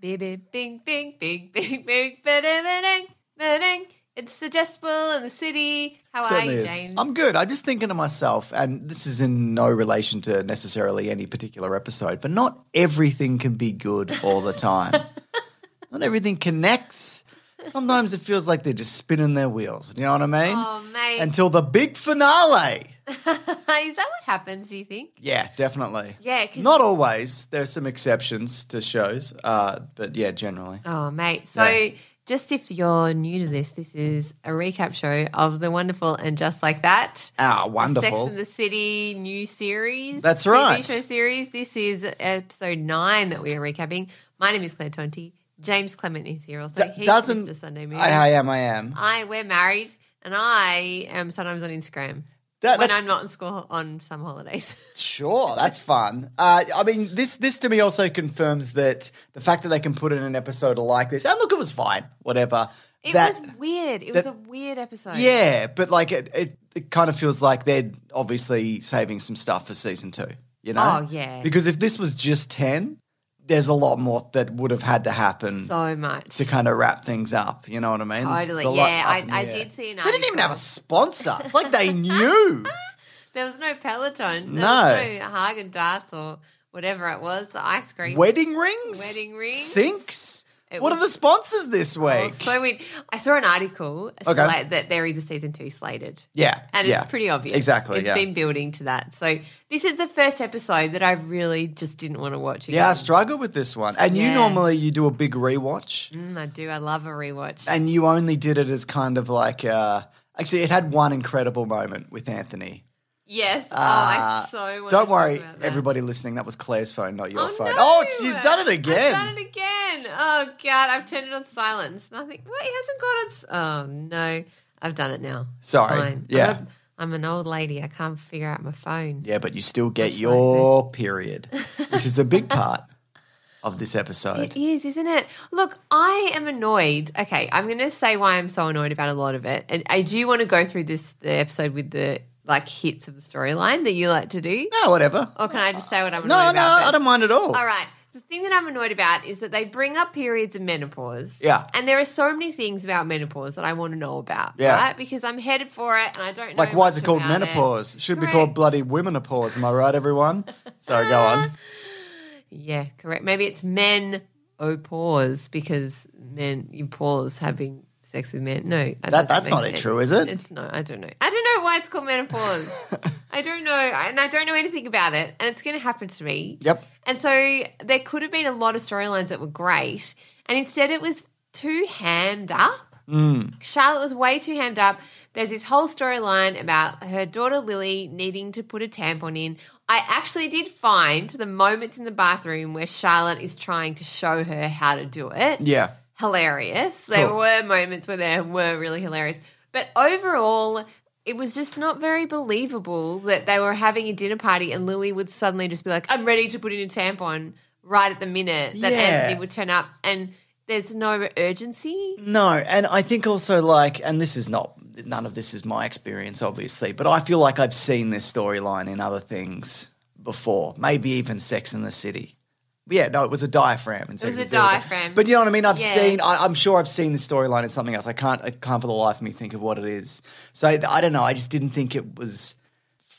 Baby, bing, bing, bing, bing, bing, ba-ding, ba-ding, ba-ding. It's suggestible in the city. How Certainly are you, is. James? I'm good. I'm just thinking to myself, and this is in no relation to necessarily any particular episode, but not everything can be good all the time. not everything connects. Sometimes it feels like they're just spinning their wheels. You know what I mean? Oh, mate. Until the big finale. is that what happens, do you think? Yeah, definitely. Yeah, 'cause- Not always. There's some exceptions to shows, uh, but yeah, generally. Oh, mate. So, Yeah. just if you're new to this, this is a recap show of The Wonderful and Just Like That. Ah, The wonderful. Sex and the City new series. That's TV right. show series. This is episode nine that we are recapping. My name is Claire Tonti. James Clement is here also. D- He's doesn't- Mr. Sunday Movie. I, I am. I am. I we're married, and I am sometimes on Instagram That- when that's- I'm not in school on some holidays. Sure, that's fun. Uh, I mean, this this to me also confirms that the fact that they can put in an episode like this, and look, it was fine, whatever. It that, was weird. It was that- a weird episode. yeah, but like it, it, it kind of feels like they're obviously saving some stuff for season two. You know? Oh, yeah. Because if this was just ten, there's a lot more that would have had to happen so much. to kind of wrap things up. You know what I mean? Totally. It's a lot Yeah, up I- in the I air. did see an They didn't even article. have a sponsor. It's like they knew. There was no Peloton. There No. was no Hagen Dazs or whatever it was. The ice cream. Wedding rings? Wedding rings. Sinks? It what was- are the sponsors this Oh, week? so weird. I saw an article Okay. sla- that there is a season two slated. yeah. And yeah. it's pretty obvious. Exactly, It's yeah. been building to that. So this is the first episode that I really just didn't want to watch again. Yeah, I struggle with this one. And you Yeah. normally you do a big rewatch Mm, I do. I love a rewatch. and you only did it as kind of like uh actually it had one incredible moment with Anthony. yes. oh, Uh, I so want Don't worry, to talk about that. everybody listening, that was Claire's phone, not your Oh, phone. no. Oh, she's done it again. I've done it again. Oh God, I've turned it on silence. Nothing. What? It hasn't gone on. s- Oh no, I've done it now. Sorry. Fine. Yeah. I'm, a- I'm an old lady. I can't figure out my phone. Yeah, but you still get Much your period, which is a big part of this episode. It is, isn't it? Look, I am annoyed. Okay, I'm going to say why I'm so annoyed about a lot of it, and I do want to go through this the episode with the like hits of the storyline that you like to do. No, whatever. Or can Oh, I just say what I'm annoyed No, about? no, I first? don't mind at all. All right. The thing that I'm annoyed about is that they bring up periods and menopause. Yeah. And there are so many things about menopause that I want to know about. Yeah. Right? Because I'm headed for it and I don't know. Like, why is much it called about menopause? Should be Correct. called bloody womenopause. Am I right, everyone? So go on. Yeah, correct. Maybe it's men oh pause because men you pause having sex with men. No, that doesn't that's make not it, sense. true, is it? It's no, I don't know. I don't know why it's called menopause. I don't know, and I don't know anything about it. And it's going to happen to me. Yep. And so there could have been a lot of storylines that were great, and instead it was too hammed up. Charlotte was way too hammed up. There's this whole storyline about her daughter Lily needing to put a tampon in. I actually did find the moments in the bathroom where Charlotte is trying to show her how to do it Yeah. hilarious. There Sure. were moments where there were really hilarious. But overall, it was just not very believable that they were having a dinner party and Lily would suddenly just be like, I'm ready to put in a tampon right at the minute that Yeah. Anthony would turn up. And there's no urgency. No, and I think also like, and this is not none of this is my experience, obviously, but I feel like I've seen this storyline in other things before, maybe even Sex in the City. Yeah, no, it was a diaphragm. In was Sex and a the City. diaphragm. but you know what I mean. I've Yeah. seen. I, I'm sure I've seen the storyline in something else. I can't. I can't for the life of me think of what it is. So I, I don't know. I just didn't think it was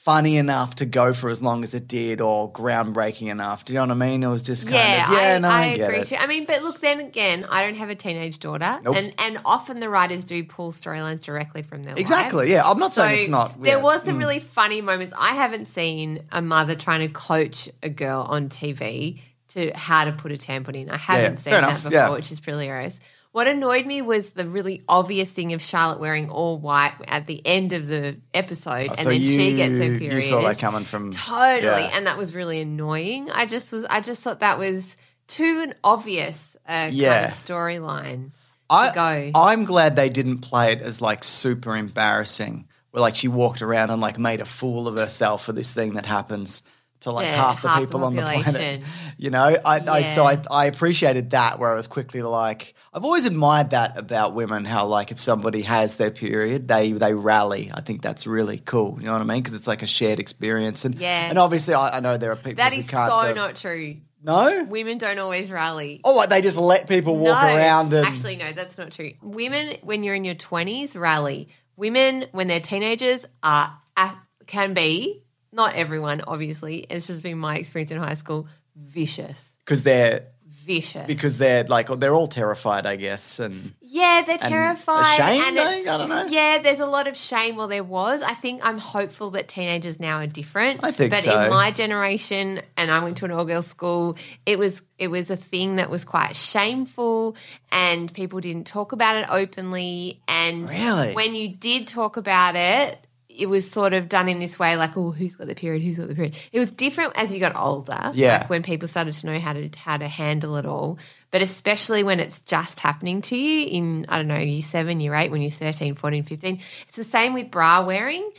funny enough to go for as long as it did, or groundbreaking enough. Do you know what I mean? It was just kind Yeah, of yeah. I, no, I, I, get agree it. too. I mean, but look, then again, I don't have a teenage daughter, Nope. and and often the writers do pull storylines directly from their lives. Exactly. Yeah, I'm not saying it's not. Mm. There yeah. was some really funny moments. I haven't seen a mother trying to coach a girl on TV to how to put a tampon in. I haven't yeah. seen Fair that enough. before, Yeah. which is pretty hilarious. What annoyed me was the really obvious thing of Charlotte wearing all white at the end of the episode, and Oh, so then she gets her you- period. You saw that coming from Totally, Yeah. and that was really annoying. I just was, I just thought that was too an obvious uh, Yeah. kind of storyline. I, go. I'm glad they didn't play it as like super embarrassing, where like she walked around and like made a fool of herself for this thing that happens to like To half the half the people on the planet. population. You know, I, I so I, Yeah. I appreciated that where I was quickly like I've always admired that about women how like if somebody has their period they they rally. I think that's really cool. You know what I mean? Because it's like a shared experience and Yeah. and obviously I, I know there are people That who is so can't for- not true. No? Women don't always rally. Oh, what, they just let people walk No. around and. Actually, no, that's not true. Women, when you're in your 20s, rally. Women, when they're teenagers, are a- can be, not everyone, obviously. It's just been my experience in high school, vicious. Because they're. Vicious. Because they're like they're all terrified, I guess, and Yeah, they're terrified. ashamed, and I it's- think? I don't know. Yeah, there's a lot of shame. Well, there was. I think I'm hopeful that teenagers now are different. I think but so. in my generation, and I went to an all girls school, it was it was a thing that was quite shameful, and people didn't talk about it openly. And Really? when you did talk about it. It was sort of done in this way, like, oh, who's got the period? Who's got the period? It was different as you got older. Yeah. Like when people started to know how to how to handle it all, but especially when it's just happening to you in I don't know year 7, year 8 when you're 13, 14, 15. It's the same with bra wearing.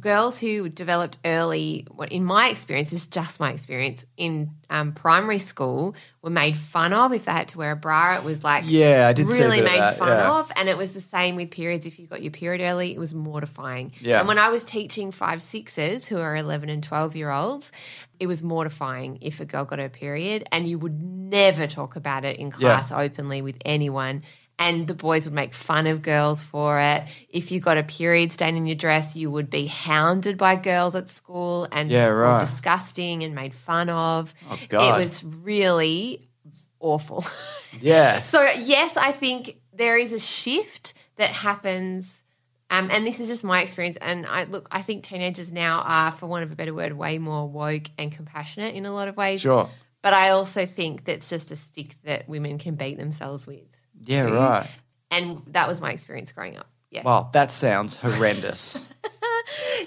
Girls who developed early what in my experience is just my experience in um, primary school were made fun of if they had to wear a bra it was like yeah, I did see a really bit of made that, fun yeah. of. And it was the same with periods. If you got your period early, it was mortifying. Yeah. And when I was teaching five sixes who are 11 and 12 year olds, it was mortifying if a girl got her period. And you would never talk about it in class openly with anyone. And the boys would make fun of girls for it. If you got a period stain in your dress, you would be hounded by girls at school and Yeah, called right. disgusting and made fun of. Oh, God. It was really awful. Yeah, So yes, I think there is a shift that happens, um, and this is just my experience. And I look, I think teenagers now are, for want of a better word, way more woke and compassionate in a lot of ways. sure. But I also think that's just a stick that women can beat themselves with, Yeah, Really? right. and that was my experience growing up. Yeah, Wow, that sounds horrendous.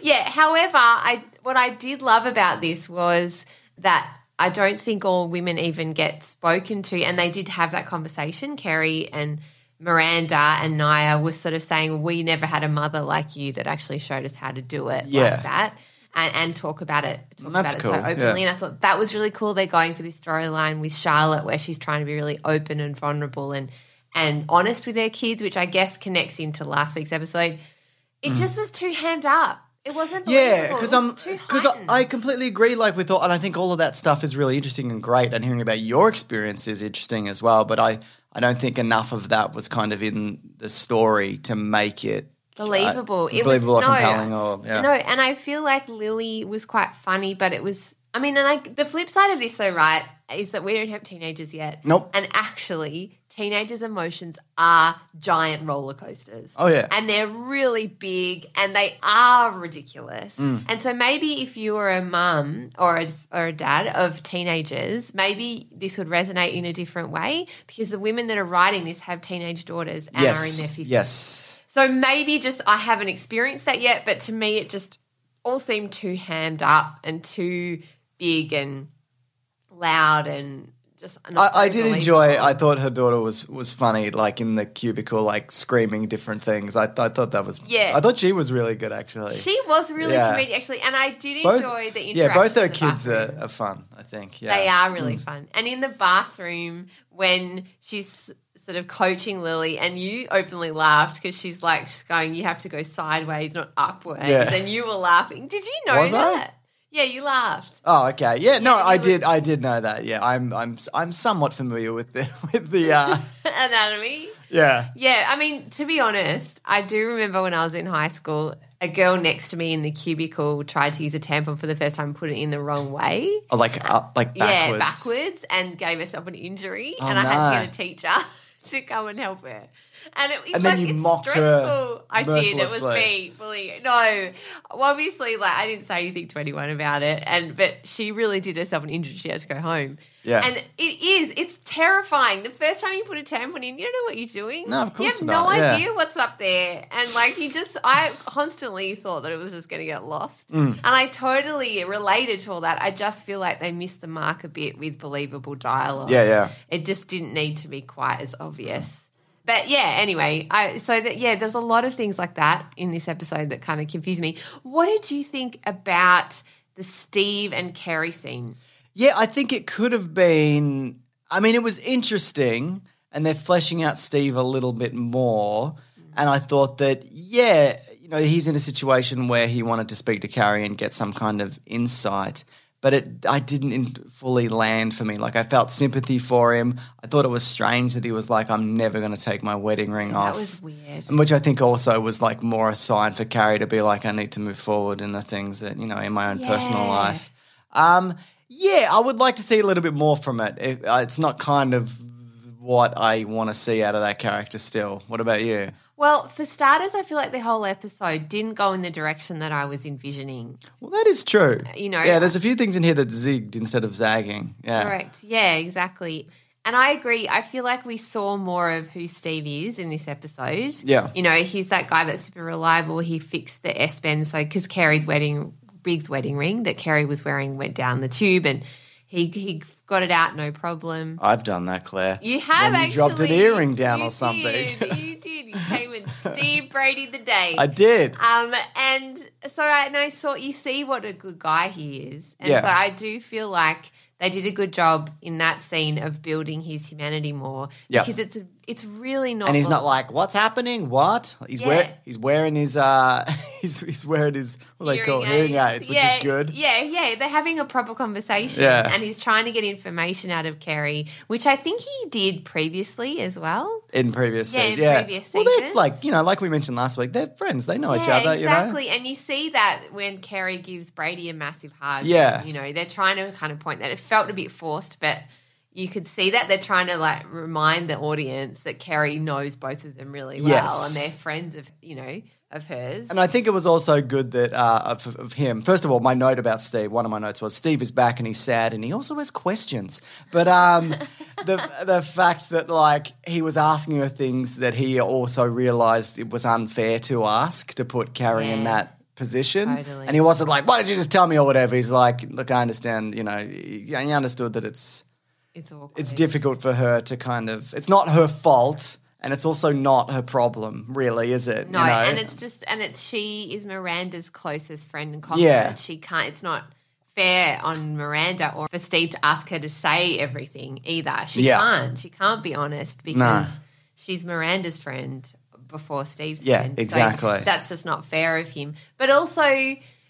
yeah. However, I what I did love about this was that. I don't think all women even get spoken to, and they did have that conversation. Kerry and Miranda and Naya were sort of saying, "We never had a mother like you that actually showed us how to do it Yeah. like that." And, and talk about it, talk That's about it cool, so openly. yeah. And I thought that was really cool. They're going for this storyline with Charlotte, where she's trying to be really open and vulnerable and and honest with her kids, which I guess connects into last week's episode. It just was too hammed up. It wasn't. Mm. yeah, believable. because It I'm was too because I, I heightened. completely agree. Like with all, and I think all of that stuff is really interesting and great. And hearing about your experience is interesting as well. But I I don't think enough of that was kind of in the story to make it uh, believable. it believable was or no, compelling or yeah. no, and I feel like Lily was quite funny, but it was. I mean, and like the flip side of this, though, right, is that we don't have teenagers yet. Nope. And actually, teenagers' emotions are giant roller coasters. Oh, yeah. And they're really big, and they are ridiculous. Mm. And so maybe if you were a mum or a, or a dad of teenagers, maybe this would resonate in a different way because the women that are writing this have teenage daughters and yes, are in their fifties. yes, So maybe just I haven't experienced that yet, but to me it just all seemed too hammed up and too big and loud and just. not I, I very did enjoy. believable. I thought her daughter was was funny, like in the cubicle, like screaming different things. I, I thought that was Yeah. I thought she was really good actually. she was really Yeah. comedic actually, and I did Both- enjoy the interaction. yeah, both in her the kids are, bathroom. are fun. I think. Yeah. They are really fun. And in the bathroom, when she's sort of coaching Lily, and you openly laughed because she's like, she's going, You have to go sideways, not upwards. Yeah. And you were laughing. Did you know Was I? that? Yeah, you laughed. Oh, okay. Yeah, no, Yeah, I you did. would- I did know that. Yeah, I'm, I'm, I'm somewhat familiar with the, with the. Uh, Anatomy. yeah, Yeah, I mean, to be honest, I do remember when I was in high school, a girl next to me in the cubicle tried to use a tampon for the first time, put it in the wrong way. Oh, like up, like backwards. Yeah, backwards, and gave herself an injury, Oh, and I had to no. get a teacher to come and help her. And it was And like then you it's mocked her stressful. I did. It was mercilessly. me bullying. No, well, obviously, like I didn't say anything to anyone about it, and but she really did herself an injury. She had to go home. Yeah. and it is. It's terrifying. The first time you put a tampon in, you don't know what you're doing. No, of you course have not, no yeah. idea what's up there. And like you just, I constantly thought that it was just going to get lost. Mm. And I totally related to all that. I just feel like they missed the mark a bit with believable dialogue. Yeah, yeah. It just didn't need to be quite as obvious. But yeah, anyway, I, so that, yeah, there's a lot of things like that in this episode that kind of confused me. What did you think about the Steve and Carrie scene? Yeah, I think it could have been. I mean, it was interesting, and they're fleshing out Steve a little bit more. And I thought that, yeah, you know, he's in a situation where he wanted to speak to Carrie and get some kind of insight, but it I didn't in, fully land for me. Like I felt sympathy for him. I thought it was strange that he was like, "I'm never going to take my wedding ring off," That was weird. which I think also was like more a sign for Carrie to be like, "I need to move forward in the things that you know in my own personal Yeah. life." Um, yeah, I would like to see a little bit more from it. it uh, it's not kind of what I want to see out of that character. Still, what about you? Well, for starters, I feel like the whole episode didn't go in the direction that I was envisioning. Well, that is true. Uh, You know- yeah. There's a few things in here that zigged instead of zagging. Yeah. Correct. Yeah, exactly. And I agree. I feel like we saw more of who Steve is in this episode. Yeah. You know, he's that guy that's super reliable. He fixed the S Bend. So, because Carrie's wedding, Rig's wedding ring that Carrie was wearing went down the tube and he, he got it out, no problem. I've done that, Claire. You have When actually. you dropped an earring down You or something. did, you did. You came and Steve Brady the day. I did. Um, and so I, and I saw you see what a good guy he is, and Yeah. so I do feel like they did a good job in that scene of building his humanity more Yeah. because it's it's really not and he's not long- like, "What's happening? What?" He's Yeah. wear he's wearing his uh he's, he's wearing his what do they call it? hearing aids, which yeah, is good. Yeah, yeah, they're having a proper conversation, Yeah. and he's trying to get information out of Kerry, which I think he did previously as well. In previous Yeah, se- in previous well, they're seasons. like you know, like we mentioned last week, they're friends. They know each Yeah, other. exactly. Oh, You know. And you see that when Kerry gives Brady a massive hug. Yeah. You know, they're trying to kind of point that. It felt a bit forced, but you could see that they're trying to like remind the audience that Kerry knows both of them really well Yes. and they're friends of, you know, of hers. And I think it was also good that uh, of, of him. First of all, my note about Steve. One of my notes was Steve is back and he's sad and he also has questions. But um, the the fact that like he was asking her things that he also realized it was unfair to ask to put Carrie in Yeah. that position. Totally. And he wasn't like, "Why did you just tell me?" or whatever. He's like, "Look, I understand. You know, he, he understood that it's it's awkward. it's difficult for her to kind of. It's not her fault." And it's also not her problem, really, is it? No, You know? and it's just and it's she is Miranda's closest friend and confidant. Yeah. She can't it's not fair on Miranda or for Steve to ask her to say everything either. She Yeah. can't. She can't be honest because she's Miranda's friend before Steve's Yeah, friend. So exactly. that's just not fair of him. But also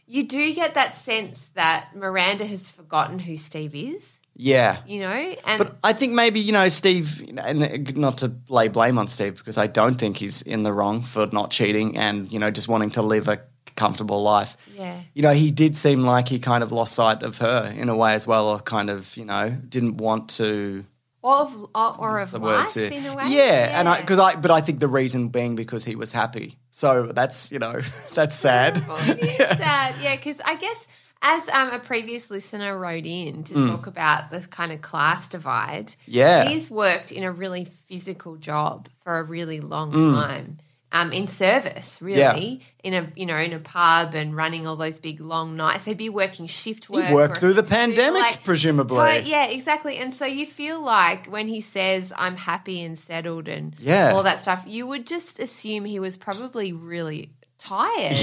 you do get that sense that Miranda has forgotten who Steve is, yeah. you know? And But I think maybe you know Steve, you know, and uh, not to lay blame on Steve because I don't think he's in the wrong for not cheating and you know just wanting to live a comfortable life. yeah. You know, he did seem like he kind of lost sight of her in a way as well, or kind of you know didn't want to. Or of or, or of The words life here. in a way. yeah, and I because I but I think the reason being because he was happy. So that's you know that's sad. Well, it is sad. Yeah, because I guess as um, a previous listener wrote in to talk about the kind of class divide, Mm. Yeah. he's worked in a really physical job for a really long Mm. time. Um, in service, really, in a you know in a pub and running all those big long nights, he'd be working shift work. He worked or through the super, pandemic, like, presumably. Right, yeah, exactly. And so you feel like when he says, I'm happy and settled and Yeah. all that stuff, you would just assume he was probably really tired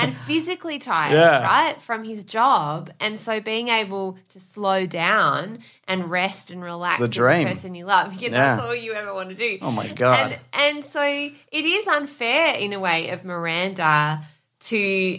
and physically tired, Yeah. right, from his job. And so being able to slow down and rest and relax the with dream. person you love, you know, Yeah. that's all you ever want to do. Oh my God. And, and so it is unfair in a way of Miranda to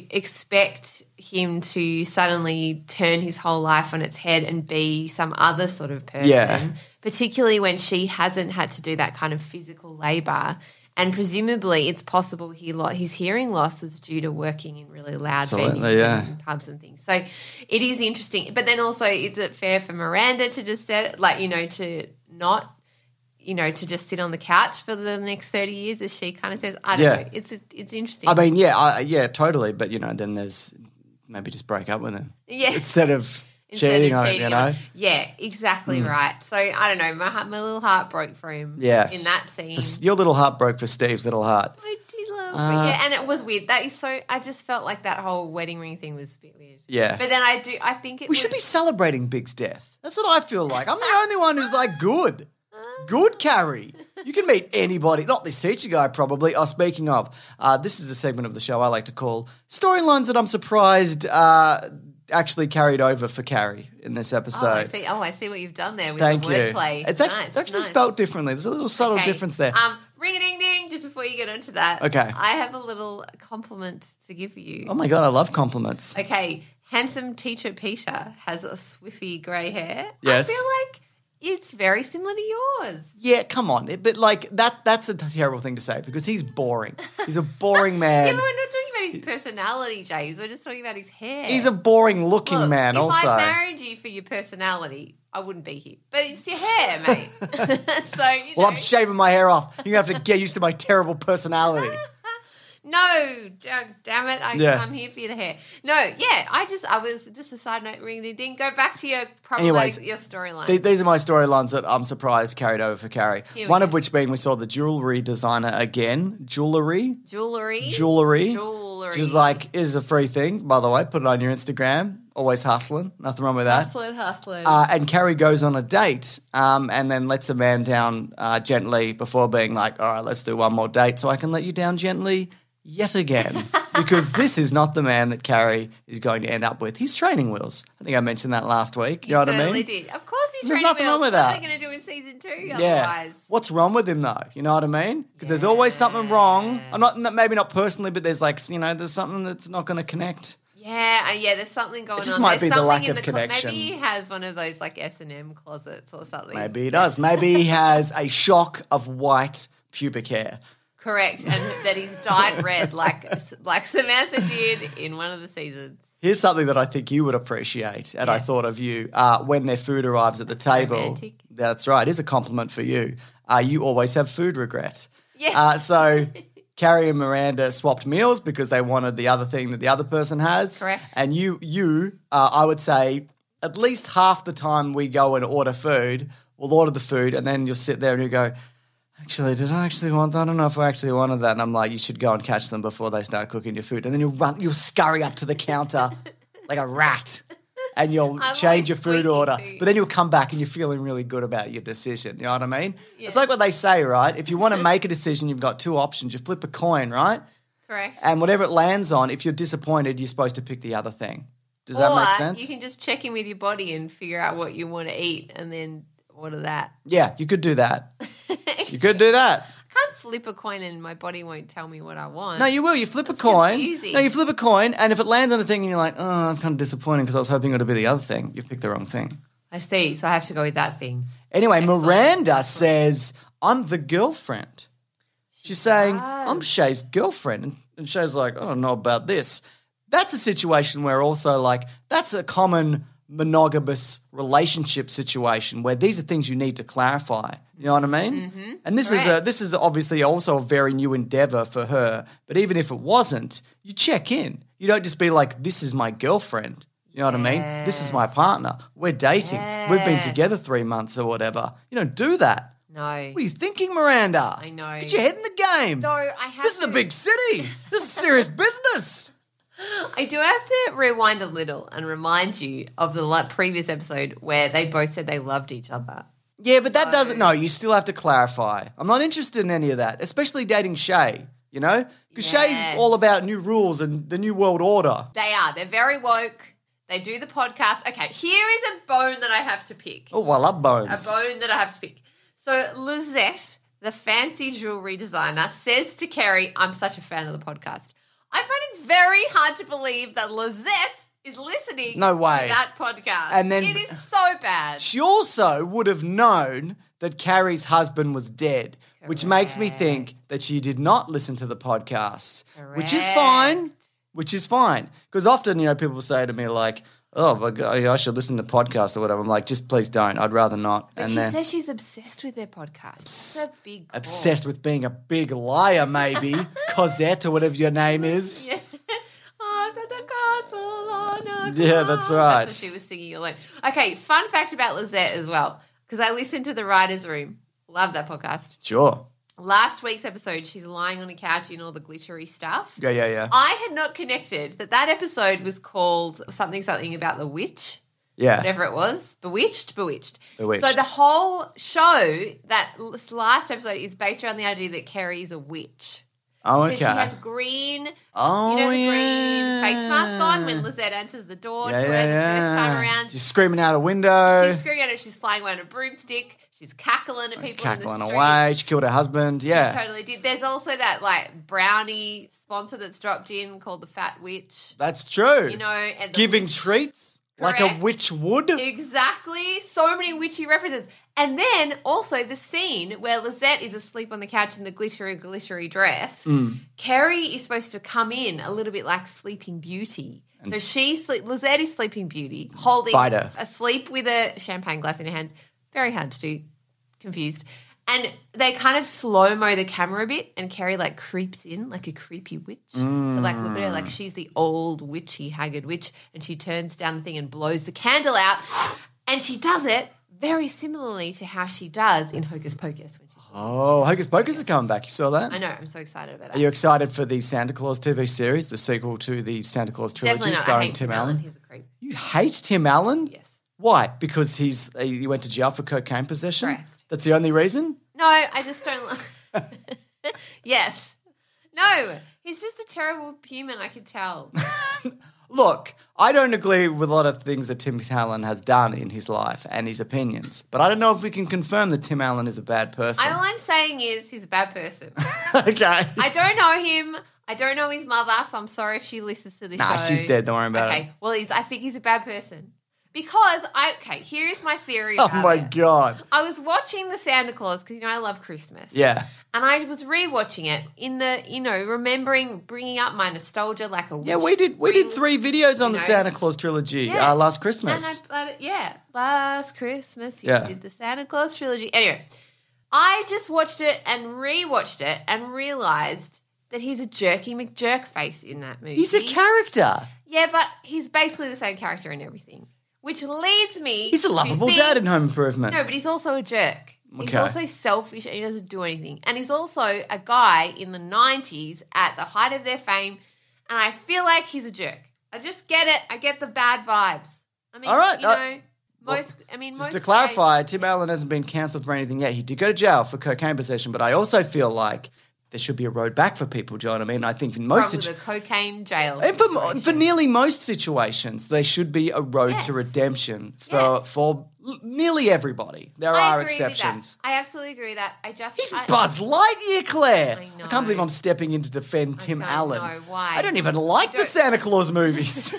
expect him to suddenly turn his whole life on its head and be some other sort of person, Yeah. particularly when she hasn't had to do that kind of physical labor. And presumably, it's possible he lo- his hearing loss was due to working in really loud Absolutely, venues yeah. and pubs and things. So it is interesting. But then also, is it fair for Miranda to just set, like, you know, to not you know, to just sit on the couch for the next thirty years, as she kind of says. I don't Yeah. know. It's it's interesting. I mean, yeah, I, yeah, totally. But you know, then there's maybe just break up with him. yeah. instead of Instead of cheating on it, you know? Mm. on it. Yeah, exactly right. So I don't know. My heart, my little heart broke for him. Yeah. in that scene, Just- Your little heart broke for Steve's little heart. I did love. Uh, yeah, and it was weird. That is so. I just felt like that whole wedding ring thing was a bit weird. Yeah. But then I do. I think it We would- should be celebrating Big's death. That's what I feel like. I'm the only one who's like, good. Good, Carrie. You can meet anybody. Not this teacher guy, probably. Oh, speaking of, uh, this is a segment of the show I like to call storylines that I'm surprised uh, actually carried over for Carrie in this episode. Oh, I see. Oh, I see what you've done there with Thank the you. wordplay. It's actually, Nice, it's actually nice. spelled differently. There's a little subtle Okay. difference there. Um, ring a ding ding. Just before you get onto that, Okay. I have a little compliment to give you. oh my God, I love compliments. Okay, Handsome teacher Peter has a swiffy grey hair. Yes. I feel like it's very similar to yours. Yeah, come on. It- But like that—that's a terrible thing to say because he's boring. He's a boring Yeah, man. but we're not talking about his personality, James. We're just talking about his hair. He's a boring-looking Look, man. If also, I married you for your personality, I wouldn't be here. But it's your hair, mate. so you well, know. I'm shaving my hair off. You're gonna have to get used to my terrible personality. No, d- damn it! I, Yeah. I'm here for your hair. No, yeah, I just I was just a side note ringing a ding. Go back to your Anyways, problematic your storyline. Th- These are my storylines that I'm surprised carried over for Carrie. Here we One go. of which being we saw the jewelry designer again. Jewelry, jewelry, jewelry, jewelry. She's like, is a free thing, by the way. Put it on your Instagram. Always hustling. Nothing wrong with that. hustling, hustling. Uh, and Carrie goes on a date um, and then lets a man down uh, gently before being like, all right, let's do one more date so I can let you down gently yet again. because this is not the man that Carrie is going to end up with. He's training wheels. I think I mentioned that last week. You, you know what I certainly mean? did. Of course, he's There's training nothing wrong wheels. with What that. are they going to do in season two? Yeah. Otherwise, What's wrong with him though? You know what I mean? Because there's always something wrong. I'm not not- maybe not personally, but there's like you know there's something that's not going to connect. yeah, uh, yeah. There's something going just on. might there's be the something lack in of the clo- connection. Maybe he has one of those like S and M closets or something. Maybe he does. Maybe he has a shock of white pubic hair. correct, and that he's dyed red like like Samantha did in one of the seasons. Here's something that I think you would appreciate, and I Yes. thought of you uh, when their food arrives at the table. romantic. That's right. It's a compliment for you. Uh, you always have food regret. Yes. Uh, so Carrie and Miranda swapped meals because they wanted the other thing that the other person has. Correct. And you, you, uh, I would say, at least half the time we go and order food, we'll order the food, and then you'll sit there and you go. Actually, did I actually want that? I don't know if I actually wanted that. And I'm like, you should go and catch them before they start cooking your food. And then you'll run, you'll scurry up to the counter like a rat, and you'll I'm change always your food squeaky order. too. But then you'll come back and you're feeling really good about your decision. You know what I mean? It's Yeah. like what they say, right? If you want to make a decision, you've got two options. You flip a coin, right? Correct. And whatever it lands on, if you're disappointed, you're supposed to pick the other thing. Does that or make sense? you can just check in with your body and figure out what you want to eat and then order that. yeah, you could do that. You I could do that. can't flip a coin and my body won't tell me what I want. No, you will. You flip a coin. confusing. No, you flip a coin, and if it lands on a thing, and you're like, "Oh, I'm kind of disappointed because I was hoping it would be the other thing," you've picked the wrong thing. I see, so I have to go with that thing. Anyway, Excellent. Miranda Excellent. says, "I'm the girlfriend." She's saying, does. "I'm Shay's girlfriend," and, and Shay's like, "I don't know about this." That's a situation where also like that's a common monogamous relationship situation where these are things you need to clarify. You know what I mean? Mm-hmm. And this is a Correct. this is obviously also a very new endeavor for her. But even if it wasn't, you check in. You don't just be like, "This is my girlfriend." You know what I mean? This is my Yes. partner. We're dating. We've been Yes. together three months or whatever. You don't do that. No. What are you thinking, Miranda? I know. Get your head in the game. So I have this is the to- big city. This is serious business. I do have to rewind a little and remind you of the like, previous episode where they both said they loved each other. Yeah, but that So- doesn't. No, you still have to clarify. I'm not interested in any of that, especially dating Shay. You know, because Shay's Yes. all about new rules and the new world order. They are. They're very woke. They do the podcast. Okay, here is a bone that I have to pick. Oh, I love bones. a bone that I have to pick. So Lizette, the fancy jewelry designer, says to Carrie, I'm such a fan of the podcast. I find it very hard to believe that Lizette is listening No way. to that podcast. And then- it is so bad. She also would have known that Carrie's husband was dead, which makes me think that she did not listen to the podcast, which is fine. Correct. Which is fine. Because often, you know, people say to me, like, oh, but I I should listen to podcasts or whatever. I'm like, just please don't. I'd rather not. But and she then says she's obsessed with their podcast. It's a big call. obsessed with being a big liar, maybe. Cosette or whatever your name is. Yeah. I've got the Oh, castle on a Yeah, that's cloud. right. That's what she was singing alone. Okay, fun fact about Lizette as well, because I listened to the Writers Room. Love that podcast. Sure. Last week's episode, she's lying on a couch in all the glittery stuff. Yeah, yeah, yeah. I had not connected that that episode was called something something about the witch, Yeah. whatever it was, bewitched, bewitched. Bewitched. So the whole show that l- last episode is based around the idea that Carrie is a witch. Oh, So okay. she has green oh, you know the yeah. green face mask on when Lizette answers the door Yeah, to her yeah, the first yeah. time around. She's screaming out a window. she's screaming at her, she's flying around a broomstick. She's cackling at people in cackling the street. away. She killed her husband. Yeah. She totally did. There's also that like brownie sponsor that's dropped in called the Fat Witch. That's true. You know, and the Giving witch- treats like a Correct. witch would. Exactly. So many witchy references. And then also the scene where Lizette is asleep on the couch in the glittery, glittery dress. Mm. Carrie is supposed to come in a little bit like Sleeping Beauty. so she sleep. Lizette is Sleeping Beauty, holding Bite her. asleep with a champagne glass in her hand. Very hard to do. Confused. And they kind of slow mo the camera a bit, and Carrie like creeps in like a creepy witch to like look at her like she's the old witchy haggard witch, and she turns down the thing and blows the candle out, and she does it very similarly to how she does in Hocus Pocus. When she's, Oh, Hocus Pocus is coming back. You saw that? I know, I'm so excited about that. Are you excited for the Santa Claus TV series, the sequel to the Santa Claus trilogy Definitely not. I starring hate Tim Tim Allen. Allen? He's a creep. You hate Tim Allen? Yes. Why? Because he's he went to jail for cocaine possession. Correct. That's the only reason. No, I just don't. li- yes. No, he's just a terrible human. I could tell. Look, I don't agree with a lot of things that Tim Allen has done in his life and his opinions, but I don't know if we can confirm that Tim Allen is a bad person. All I'm saying is he's a bad person. okay. I don't know him. I don't know his mother, so I'm sorry if she listens to this nah, show. she's dead. Don't worry about Okay. it. Well, he's. I think he's a bad person because I. Okay. Here is my theory. Oh About my it. god. I was watching the Santa Claus because you know I love Christmas. Yeah. And I was rewatching it in the, you know, remembering bringing up my nostalgia like a witch Yeah, we did we did brings- three videos on the you know. Santa Claus trilogy Yes. uh, last Christmas. And I, but, yeah, last Christmas you Yeah. did the Santa Claus trilogy. Anyway, I just watched it and rewatched it and realized that he's a jerky McJerk face in that movie. He's a character. Yeah, but he's basically the same character in everything, which leads me. He's a to lovable think- dad in Home Improvement. No, but he's also a jerk. He's Okay. also selfish and he doesn't do anything. And he's also a guy in the 90s at the height of their fame. And I feel like he's a jerk. I just get it. I get the bad vibes. I mean, All right, you uh, know, well, most, I mean, most Just to guys- clarify, Tim Allen hasn't been cancelled for anything yet. He did go to jail for cocaine possession, but I also feel like there should be a road back for people. Do you know what I mean? I think in most from the situations, cocaine jail. and for, mo- situation. for nearly most situations, there should be a road Yes. to redemption for Yes. for l- nearly everybody. There I are agree exceptions. With that. I absolutely agree with that. I just. He's I, Buzz Lightyear, Claire. I can't believe know. I'm stepping in to defend Tim don't Allen. know why. I don't even like the don't- Santa Claus movies.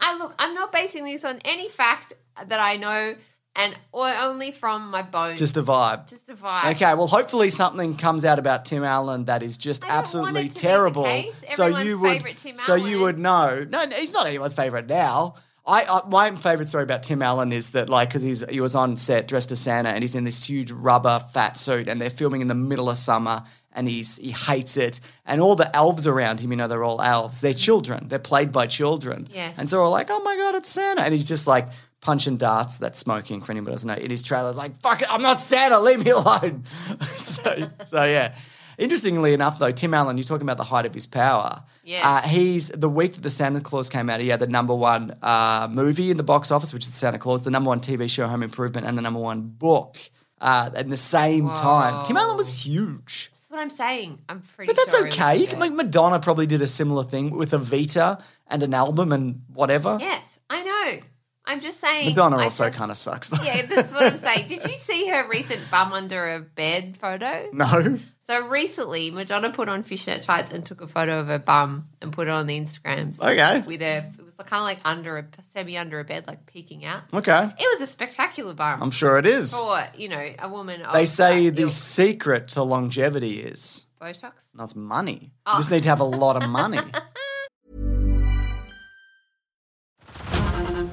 I look. I'm not basing this on any fact that I know, and or only from my bones. Just a vibe. just a vibe. Okay, well, hopefully something comes out about Tim Allen that is just I don't want absolutely it to be the terrible. case. So Everyone's you would, favourite Tim so you Allen. would know. No, no, he's not anyone's favorite now. I, I my favorite story about Tim Allen is that like because he's he was on set dressed as Santa and he's in this huge rubber fat suit and they're filming in the middle of summer and he's he hates it and all the elves around him you know they're all elves they're children they're played by children Yes. and so we're all like oh my god it's Santa and he's just like punching darts that's smoking for anybody who doesn't know in his trailer like fuck it I'm not Santa leave me alone so so yeah. Interestingly enough, though, Tim Allen, you're talking about the height of his power. Yes. Uh, he's the week that the Santa Claus came out, he had the number one uh, movie in the box office, which is Santa Claus, the number one TV show, Home Improvement, and the number one book uh, at the same time. Tim Allen was huge. That's what I'm saying. I'm pretty. But that's sure it was okay. You a can, joke. like Madonna probably did a similar thing with a Vita and an album and whatever. Yes, I know. I'm just saying. Madonna I also just- kind of sucks, though. Yeah, that's what I'm saying. Did you see her recent bum under a bed photo? no. So recently, Madonna put on fishnet tights and took a photo of her bum and put it on the Instagrams. Okay. With her, it was kind of like under a semi under a bed, like peeking out. Okay. It was a spectacular bum I'm sure it is. for you know a woman. Um, They say the these secret to longevity is. Botox. That's money. You Oh. just need to have a lot of money.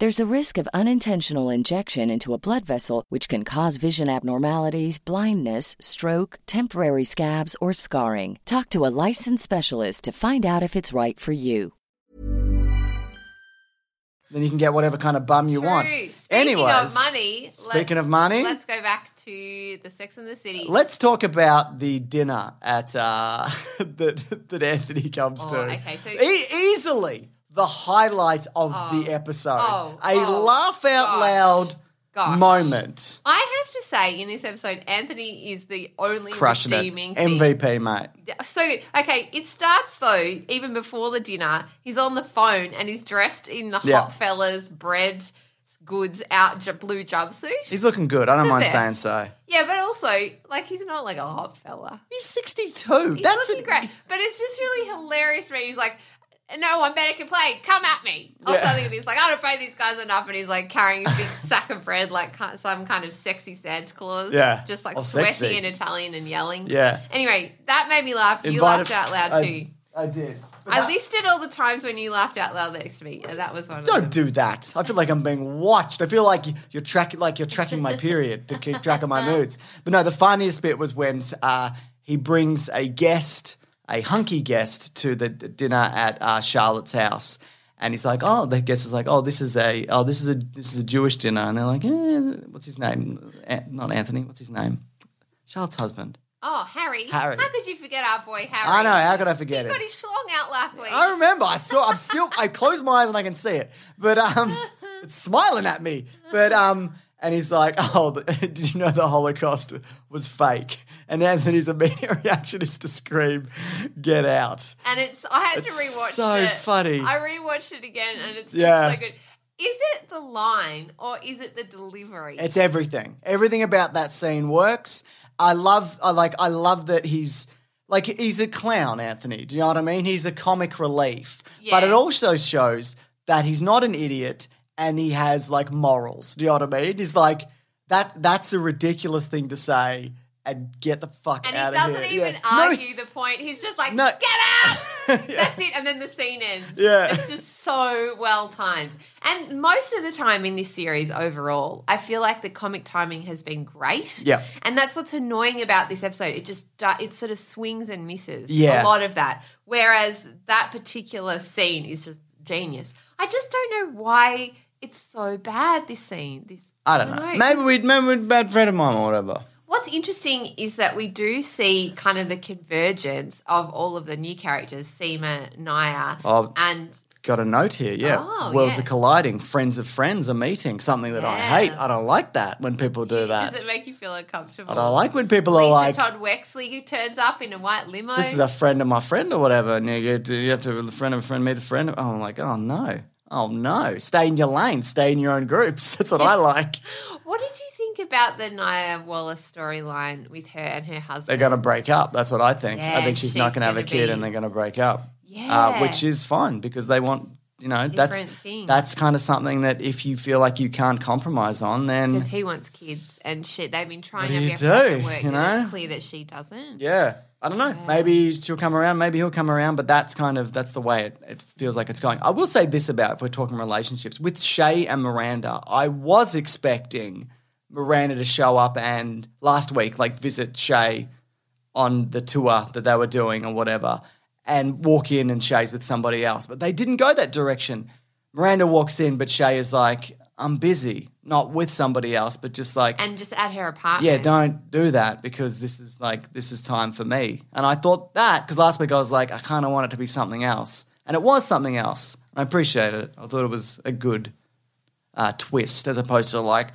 There's a risk of unintentional injection into a blood vessel, which can cause vision abnormalities, blindness, stroke, temporary scabs, or scarring. Talk to a licensed specialist to find out if it's right for you. Then you can get whatever kind of bum you want. True. Speaking Anyways, of money, Speaking let's- of money, let's go back to the Sex and the City. Let's talk about the dinner at uh, that that Anthony comes Oh, to. okay, so- E- easily the highlight of the episode, oh, a oh, laugh out gosh, loud gosh. moment, I have to say, in this episode, Anthony is the only crushing it, redeeming thing. MVP, mate. So good. Okay, it starts though, even before the dinner, he's on the phone and he's dressed in the Yeah. hot fella's bread goods out j- blue jumpsuit. He's looking good. I don't The mind best. saying so. yeah, but also, like, he's not like a hot fella. He's sixty-two. He's That's looking a- great. But it's just really hilarious to me. He's like, no one better can play. Come at me. Or Yeah. something. And he's like, I don't pay these guys enough. And he's like carrying his big sack of bread like ki- some kind of sexy Santa Claus. Yeah. Just like Or sweaty sexy. and Italian and yelling. Yeah. Anyway, that made me laugh. You laughed Invited- out loud too. I, I did. I listed all the times when you laughed out loud next to me, and that was one of Don't them. do that. I feel like I'm being watched. I feel like you're tracking, like you're tracking my period to keep track of my moods. But no, the funniest bit was when uh, he brings a guest, a hunky guest, to the d- dinner at uh, Charlotte's house, and he's like, "Oh, the guest is like, oh, this is a, oh, this is a, this is a Jewish dinner," and they're like, eh, "What's his name? An- not Anthony. What's his name? Charlotte's husband. Oh, Harry. Harry. How could you forget our boy Harry? I know. How could I He forget it? Oh, got his schlong out last week. I remember. I saw. I'm still. I closed my eyes and I can see it, but um, it's smiling at me. But um, and he's like, "Oh, the- did you know the Holocaust was fake?" And Anthony's immediate reaction is to scream, "Get out!" and it's I had to It's rewatch so it. funny. I rewatched it again, and it's Yeah. just so good. Is it the line or is it the delivery? It's everything. Everything about that scene works. I love. I like. I love that he's like he's a clown, Anthony. Do you know what I mean? He's a comic relief, but it Yeah. also shows that he's not an idiot and he has like morals. Do you know what I mean? He's like that. That's a ridiculous thing to say. And get the fuck and out he of doesn't here. even Yeah. No, argue the point. He's just like, No. get out. Yeah. That's it, and then the scene ends. Yeah. It's just so well timed. And most of the time in this series overall, I feel like the comic timing has been great. Yeah. And that's what's annoying about this episode. It just do- it sort of swings and misses. A Yeah. lot of that. Whereas that particular scene is just genius. I just don't know why it's so bad this scene. This I don't know. Maybe we'd maybe we'd bad friend of mine or whatever. What's interesting is that we do see kind of the convergence of all of the new characters, Seema, Naya, Oh. and Got a note here, yeah. Oh, Worlds yeah. are colliding, friends of friends are meeting, something that I Yeah. hate. I don't like that when people do that. Does it make you feel uncomfortable? I don't like when people Lisa are like, Todd Wexley who turns up in a white limo. this is a friend of my friend or whatever. And you, get to, you have to have a friend of a friend meet a friend. Oh, I'm like, oh no. Oh no. Stay in your lane, stay in your own groups. That's what I like. what did you think about the Naya Wallace storyline with her and her They're husband? going to break up. That's what I think. I Yeah, think she's, not she's going to have a gonna kid be- and they're going to break up. Yeah. Uh, which is fine because they want, you know, Different that's things. that's kind of something that if you feel like you can't compromise on, then because he wants kids and shit. They've been What trying do to you get do, her to work, you and know? it's clear that she doesn't. Yeah. I don't know. Maybe she'll come around. Maybe he'll come around. But that's kind of that's the way it, it feels like it's going. I will say this about if we're talking relationships with Shay and Miranda. I was expecting Miranda to show up and last week like visit Shay on the tour that they were doing or whatever, and walk in and Shay's with somebody else. But they didn't go that direction. Miranda walks in, but Shay is like, "I'm busy, not with somebody else, but just like And just at her apartment. yeah, don't do that because this is like this is time for me. And I thought that because last week I was like, I kind of want it to be something else, and it was something else. And I appreciated it. I thought it was a good uh, twist as opposed to like,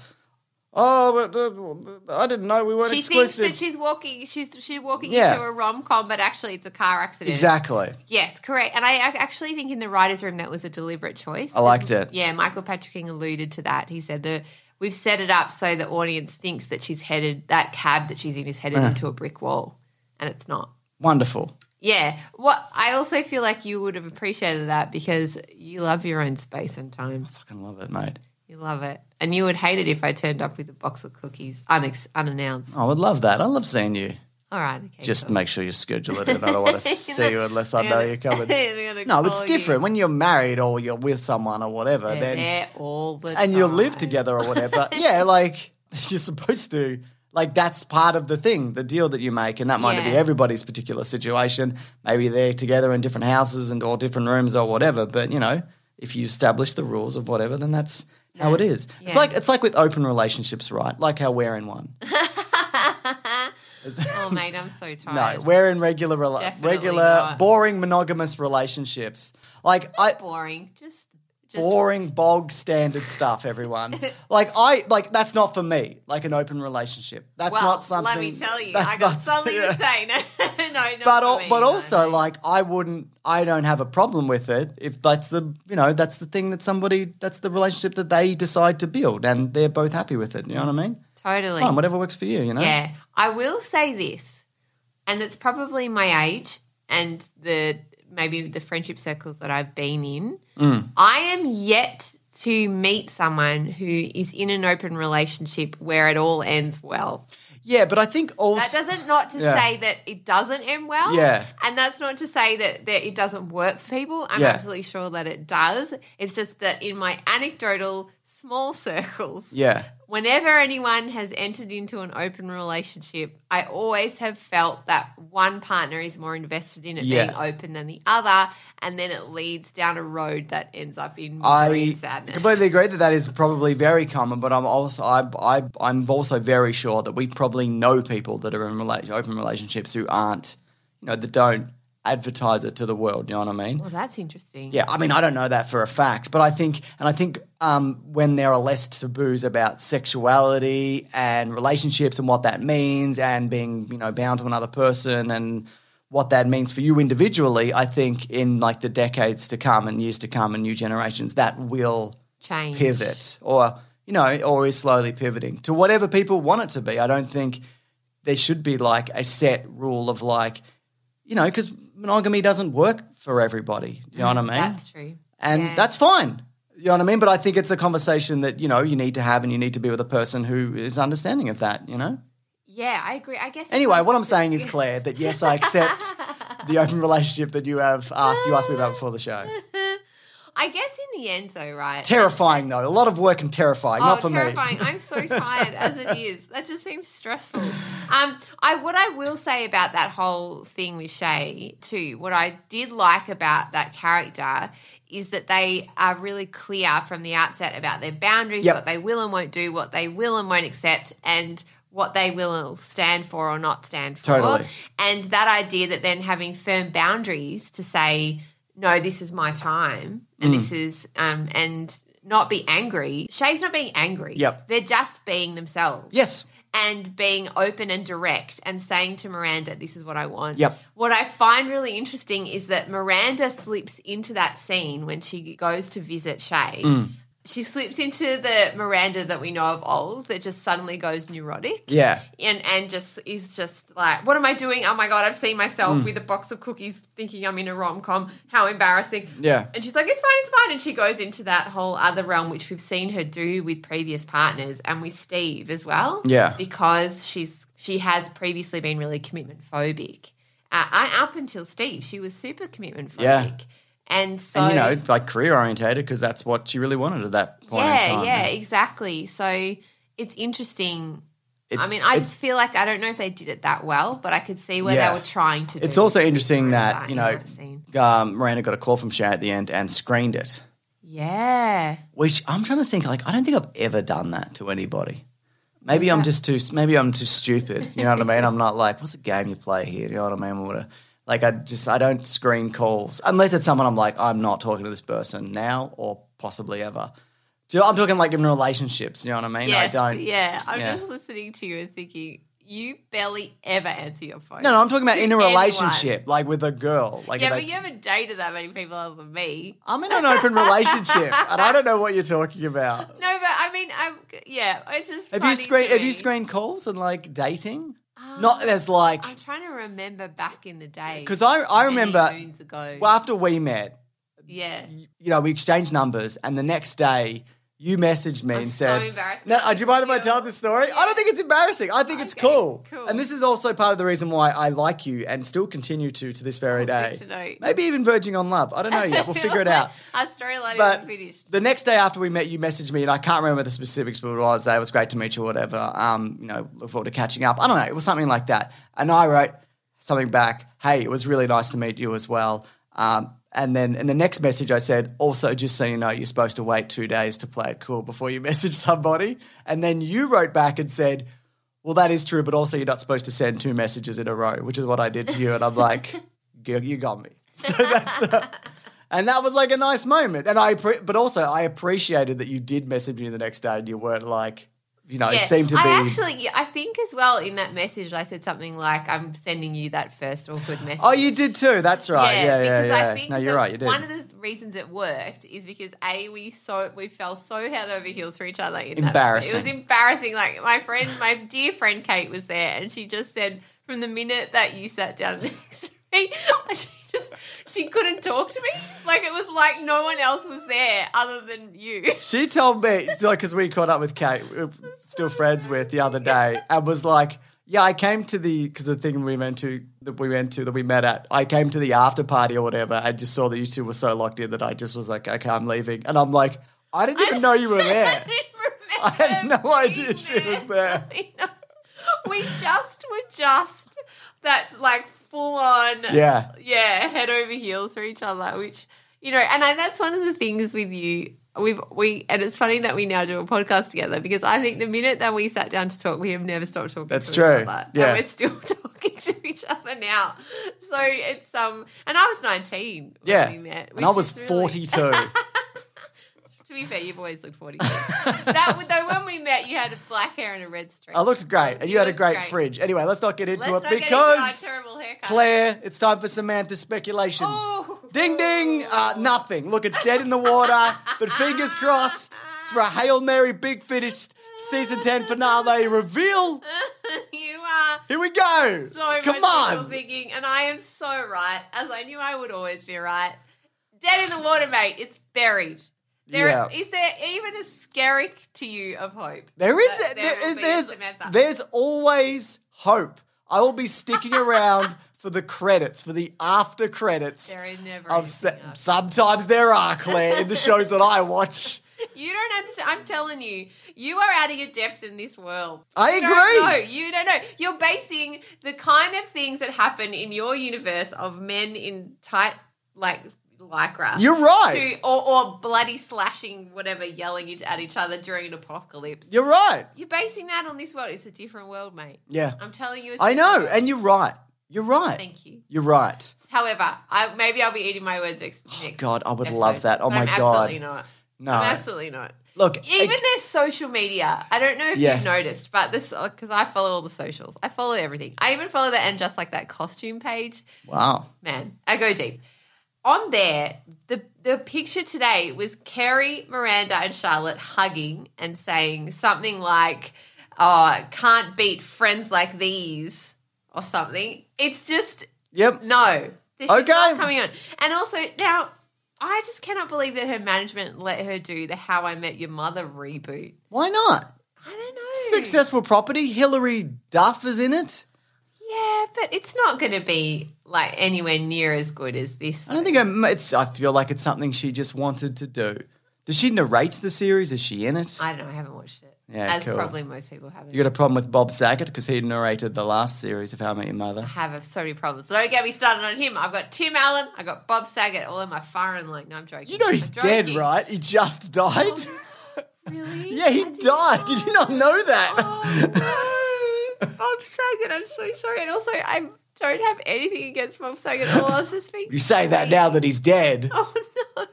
Oh, but uh, I didn't know we weren't she exclusive. thinks that she's walking. She's she's walking Yeah. into a rom com, but actually it's a car accident. exactly. Yes, correct. And I ac- actually think in the writers' room that was a deliberate choice. I liked it. Yeah, Michael Patrick King alluded to that. He said that we've set it up so the audience thinks that she's headed that cab that she's in is Uh. headed into a brick wall, and it's not. Wonderful. Yeah. What I also feel like you would have appreciated that because you love your own space and time. Fucking love it, mate. You love it, and you would hate it if I turned up with a box of cookies unex- unannounced. I would love that. I love seeing you. All right. Okay, Just cool. make sure you schedule it, and I don't want to see you unless I know you're coming. They're gonna No, it's call you. different when you're married or you're with someone or whatever. They're then there all the time. and you live together or whatever. yeah, like you're supposed to. Like that's part of the thing, the deal that you make, and that might not be Yeah. everybody's particular situation. Maybe they're together in different houses and or different rooms or whatever. But you know, if you establish the rules of whatever, then that's how it is. It's Yeah. like it's like with open relationships, right? Like how we're in one. oh, mate, I'm so tired. No, we're in regular, rela- Definitely regular, not. boring, monogamous relationships. Like I, boring. Just, just boring bog standard stuff everyone like i like that's not for me like an open relationship that's Well, not something let me tell you, that's I got not- something yeah. to say. No, no, not but for al- me, but no, also no. like i wouldn't i don't have a problem with it if that's the you know that's the thing that somebody that's the relationship that they decide to build and they're both happy with it you know what i mean totally. Fine, whatever works for you you know Yeah, I will say this, and it's probably my age and the maybe the friendship circles that I've been in. Mm. I am yet to meet someone who is in an open relationship where it all ends well. yeah but i think also That doesn't not to Yeah. say that it doesn't end well. Yeah. And that's not to say that, that it doesn't work for people. I'm Yeah. absolutely sure that it does. It's just that in my anecdotal small circles, yeah whenever anyone has entered into an open relationship, I always have felt that one partner is more invested in it being Yeah. open than the other. And then it leads down a road that ends up in misery I and sadness. completely agree that that is probably very common, but I'm also I, I I'm also very sure that we probably know people that are in rela- open relationships who aren't, you know, that don't advertise it to the world. You know what I mean? well, Oh, that's interesting. Yeah, I mean, I don't know that for a fact, but I think, and I think um, when there are less taboos about sexuality and relationships and what that means and being, you know, bound to another person and what that means for you individually, I think in like the decades to come and years to come and new generations, that will Change. pivot or, you know, or is slowly pivoting to whatever people want it to be. I don't think there should be like a set rule of like, you know, because monogamy doesn't work for everybody. You know what I mean? Mm, That's true. and Yeah. that's fine. You know what I mean? But I think it's a conversation that you know you need to have, and you need to be with a person who is understanding of that. You know. Yeah, I agree. I guess. it Anyway, comes what I'm to- saying is, Claire, that yes, I accept the open relationship that you have asked you asked me about before the show. I guess in the end, though, right? Terrifying though, a lot of work and terrifying. Oh, not for terrifying! me. I'm so tired as it is. That just seems stressful. Um, I what I will say about that whole thing with Shay too. What I did like about that character is that they are really clear from the outset about their boundaries, Yep. what they will and won't do, what they will and won't accept, and what they will stand for or not stand for. Totally. And that idea that then having firm boundaries to say, no, this is my time and Mm. this is, um, and not be angry. Shay's not being angry. Yep. They're just being themselves. Yes. And being open and direct and saying to Miranda, this is what I want. Yep. What I find really interesting is that Miranda slips into that scene when she goes to visit Shay. Mm. She slips into the Miranda that we know of old that just suddenly goes neurotic Yeah. and and just is just like, what am I doing? Oh my god, I've seen myself Mm. with a box of cookies, thinking I'm in a rom com. How embarrassing! Yeah. and she's like, it's fine, it's fine, and she goes into that whole other realm, which we've seen her do with previous partners and with Steve as well. Yeah. because she's she has previously been really commitment phobic. Uh, I, up until Steve, she was super commitment phobic, Yeah. and so And you know, it's like career orientated because that's what she really wanted at that point. yeah, in time. yeah, exactly. So it's interesting. I It's- mean, I it's- just feel like I don't know if they did it that well, but I could see where Yeah. they were trying to. do It's also it interesting in that you know that scene. um, Miranda got a call from Shay at the end and screened it. Yeah, which I'm trying to think. Like, I don't think I've ever done that to anybody. Maybe I'm just too. Maybe I'm too stupid. You know what I mean? I'm not like, what's the game you play here? You know what I mean? Or whatever. Like, I just I don't screen calls unless it's someone I'm like, I'm not talking to this person now or possibly ever. Do- I'm talking like in relationships. You know what I mean? yes, I don't. yeah. I'm yeah. just listening to you and thinking you barely ever answer your phone. No, no, I'm talking about To in a anyone. relationship, like with a girl. Like, yeah, if I- but you haven't dated that many people other than me. I'm in an open relationship, and I don't know what you're talking about. No, but I mean, I'm yeah. It's just Have funny you screened? to Have me. you screened calls and like dating? Um, Not as like I'm trying to remember back in the day because I I many remember moons ago. well, after we met, yeah, you know, we exchanged numbers, and the next day you messaged me I'm and so said, embarrassed "No, about uh, do you mind if I this tell deal." this story? I don't think it's embarrassing. I think it's Okay, cool. cool. And this is also part of the reason why I like you and still continue to to this very Oh, good day. to know. Maybe even verging on love. I don't know yet. We'll figure it out. Our storyline But isn't finished. the next day after we met, you messaged me, and I can't remember the specifics, but it was, "Hey, it was great to meet you, or whatever. Um, you know, look forward to catching up. I don't know, it was something like that. And I wrote something back, hey, it was really nice to meet you as well. Um, and then in the next message, I said, also, just so you know, you're supposed to wait two days to play it cool before you message somebody. And then you wrote back and said, well, that is true, but also you're not supposed to send two messages in a row, which is what I did to you. And I'm like, girl, you got me. So that's. Uh, and that was like a nice moment. And I, appre- but also I appreciated that you did message me the next day and you weren't like, you know, Yeah, it seemed to be. I actually, yeah, I think as well in that message, I said something like, "I'm sending you that first awkward message." oh, you did too. That's right. Yeah, yeah, yeah. because I think no, you're that right. You did. One of the reasons it worked is because a we so we fell so head over heels for each other. In that- Embarrassing. it was embarrassing. Like my friend, my dear friend Kate was there, and she just said, from the minute that you sat down next to me, she just she couldn't talk to me. Like it was like no one else was there other than you. she told me because we caught up with Kate, we we're still friends with the other day, and was like, "Yeah, I came to the because the thing we went to that we went to that we met at. I came to the after party or whatever, and just saw that you two were so locked in that I just was like, okay, I'm leaving.' And I'm like, I didn't even know you were I there. didn't I had remember no idea being she was there. I know. We just were just that like full on yeah, yeah, head over heels for each other, which you know, and I, that's one of the things with you. We've we and it's funny that we now do a podcast together because I think the minute that we sat down to talk, we have never stopped talking. That's to true. Each other, Yeah. and we're still talking to each other now. So it's um, and I was nineteen when yeah. we met, and I which was is really- 42. to be fair, you've always looked 42. that would- though when we met, you had black hair and a red streak. I looked great, and you, had a looked great, great. fridge. Anyway, let's not get into Let's not it get into because our terrible haircut. Claire, it's time for Samantha's speculation. Ooh. Ding ding! Uh, nothing. Look, it's dead in the water, but fingers crossed for a Hail Mary big finish season 10 finale reveal. you are Here we go! so Come much wishful on! thinking, and I am so right, as I knew I would always be right. Dead in the water, mate. It's buried. There is Yeah. there even a skerrick to you of hope? There is, That there there will is be there's, Samantha. there's always hope. I will be sticking around for the credits, for the after credits. There is never. Of anything se- else. sometimes there are, Claire, in the shows that I watch. You don't understand. I'm telling you, you are out of your depth in this world. I you agree. Don't know. You don't know. You're basing the kind of things that happen in your universe of men in tight, like lycra. You're right. To, or, or bloody slashing whatever, yelling each- at each other during an apocalypse. You're right. You're basing that on this world. It's a different world, mate. Yeah. I'm telling you. It's I different know, world. and you're right. You're right. Thank you. You're right. However, I, maybe I'll be eating my words next. next Oh, God, I would episode. love that. Oh But my I'm God. Absolutely not. No. I'm absolutely not. Look, Even their social media. I don't know if Yeah. you've noticed, but this because I follow all the socials. I follow everything. I even follow that and just like that costume page. wow. Man, I go deep. On there, the the picture today was Kerry, Miranda, and Charlotte hugging and saying something like, "Oh, can't beat friends like these" or something. It's just Yep. no. This is Okay. not coming on. And also now, I just cannot believe that her management let her do the "How I Met Your Mother" reboot. Why not? I don't know. Successful property. Hillary Duff is in it. Yeah, but it's not going to be like anywhere near as good as this. I don't think I'm, it's. I feel like it's something she just wanted to do. Does she narrate the series? Is she in it? I don't know. I haven't watched it. Yeah, as cool. probably most people haven't. you got a problem with Bob Saget because he narrated the last series of How I Met Your Mother. I have so many problems. Don't get me started on him. I've got Tim Allen. I've got Bob Saget all in my fire and like, no, I'm joking. You know he's I'm dead, joking. right? He just died. Oh, Really? yeah, he I didn't died. know. Did you not know that? Oh, no. Bob Saget, I'm so sorry. And also, I don't have anything against Bob Saget at all. I was just being you say that silly. now that he's dead. Oh, no. Oh,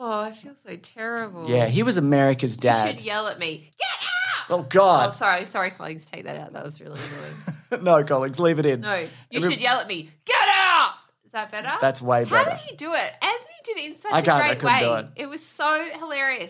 Oh, I feel so terrible. Yeah, he was America's You dad. should yell at me. Get out! Oh Oh, God, sorry, sorry, colleagues. Take that out. That was really annoying. no, colleagues, leave it in. No, you Every- should yell at me. Get out! Is that better? That's way How better. did he do it? Anthony did it in such I a can't- I great couldn't way. do it. was so hilarious.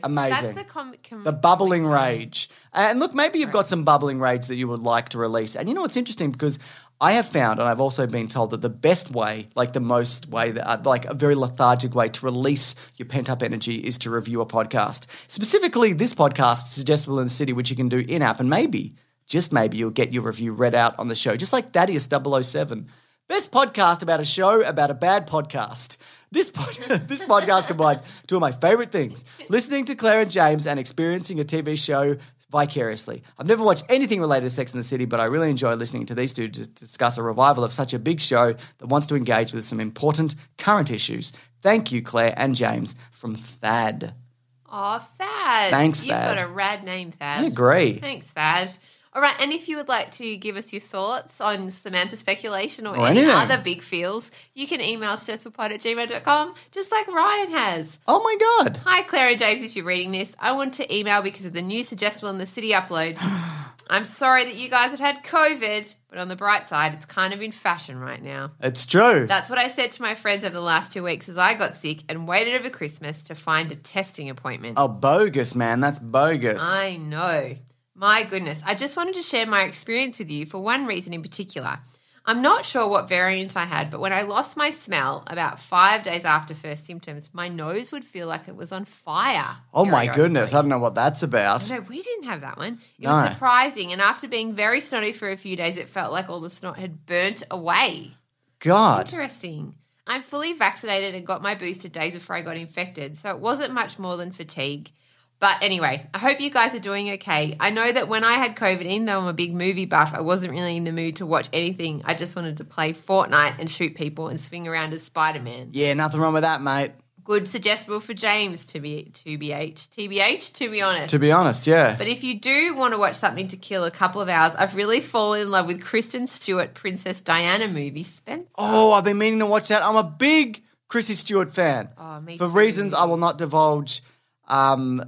That's Amazing. the comic. Com- The bubbling rage. And look, maybe you've got some bubbling rage that you would like to release. And you know what's interesting? Because I have found, and I've also been told, that the best way, like the most way, that, uh, like a very lethargic way to release your pent up energy is to review a podcast. Specifically, this podcast, Suggestible in the City, which you can do in app. And maybe, just maybe, you'll get your review read out on the show, just like Thaddeus 007. Best podcast about a show about a bad podcast. This pod- this podcast combines two of my favorite things: listening to Claire and James and experiencing a TV show vicariously. I've never watched anything related to Sex in the City, but I really enjoy listening to these two dis- discuss a revival of such a big show that wants to engage with some important current issues. Thank you, Claire and James from Thad. oh, Thad. Thanks, You've Thad. got a rad name, Thad. I agree. Thanks, Thad. All right, and if you would like to give us your thoughts on Samantha speculation or, Or any anything. other big feels, you can email stressfulpod at gmail.com, just like Ryan has. Oh my god! Hi, Clara and James, if you're reading this, I want to email because of the new Suggestible in the City upload. I'm sorry that you guys have had COVID, but on the bright side, it's kind of in fashion right now. It's true. That's what I said to my friends over the last two weeks as I got sick and waited over Christmas to find a testing appointment. oh, bogus, man. That's bogus. I know. My goodness. I just wanted to share my experience with you for one reason in particular. I'm not sure what variant I had, but when I lost my smell about five days after first symptoms, my nose would feel like it was on fire. oh my periodically. goodness! I don't know what that's about. No, we didn't have that one. It No. was surprising. And after being very snotty for a few days, it felt like all the snot had burnt away. God. Interesting. I'm fully vaccinated and got my booster days before I got infected, so it wasn't much more than fatigue. But anyway, I hope you guys are doing okay. I know that when I had COVID, even though I'm a big movie buff, I wasn't really in the mood to watch anything. I just wanted to play Fortnite and shoot people and swing around as Spider Man. Yeah, nothing wrong with that, mate. Good suggestible for James to be to be H to be H to be honest. To be honest, yeah. But if you do want to watch something to kill a couple of hours, I've really fallen in love with Kristen Stewart Princess Diana movie Spencer. oh, I've been meaning to watch that. I'm a big Chrissy Stewart fan. Oh, me For too. reasons I will not divulge. Um,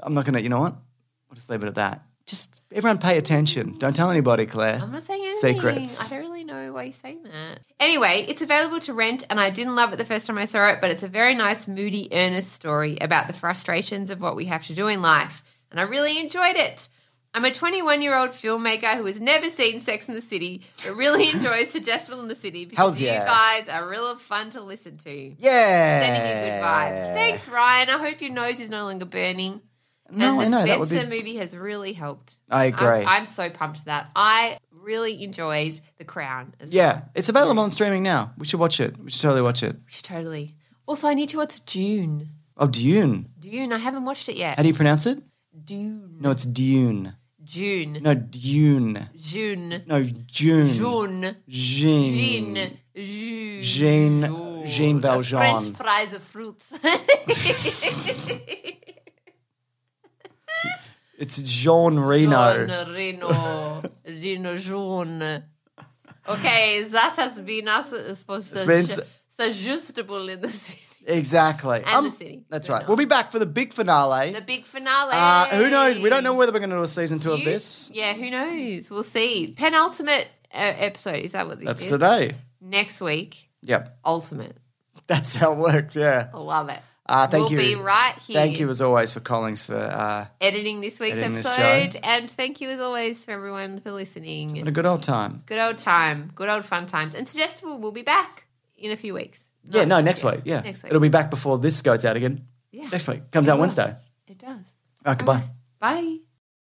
I'm not going to, you know what? I'll just leave it at that. Just everyone pay attention. Don't tell anybody, Claire. I'm not saying anything. Secrets. I don't really know why you're saying that. Anyway, it's available to rent, and I didn't love it the first time I saw it, but it's a very nice, moody, earnest story about the frustrations of what we have to do in life, and I really enjoyed it. I'm a 21 year old filmmaker who has never seen Sex in the City, but really enjoys Suggestible in the City because Hells yeah. you guys are real fun to listen to. yeah. Sending you good vibes. Thanks, Ryan. I hope your nose is no longer burning. No, I and the know. That would Spencer be. movie has really helped. I agree. I'm, I'm so pumped for that. I really enjoyed The Crown. As well. yeah, it's available on streaming now. We should watch it. We should totally watch it. We should totally. Also, I need to watch Dune. Oh, Dune. Dune. I haven't watched it yet. How do you pronounce it? Dune? No, it's Dune. June. No, Dune. June. No, June. June. Jean. Jean. Jean. Jean- Jean Valjean. French fries of fruits. It's Jean Reno. Jean Reno. Reno Jean. Okay, that has been us uh, for been suggestible in the city. Exactly. Um, And the city. That's We're right. not. We'll be back for the big finale. The big finale. Uh, who knows? We don't know whether we're going to do a season two of You- this. Yeah, who knows? We'll see. Penultimate uh, episode. Is that what this That's is? today. Next week, Yep. ultimate. That's how it works. Yeah. I love it. Uh, thank we'll you. be right here. Thank you as always for Collings for uh, editing this week's Editing this episode. and thank you as always for everyone for what a listening. good old time. Good old time. Good old fun times. And suggestible, we'll be back in a few weeks. Yeah. No. Not Next yet. week. Yeah. Next week. It'll be back before this goes out again. Yeah. Next week comes out Wednesday. It does. All right. Goodbye. Bye.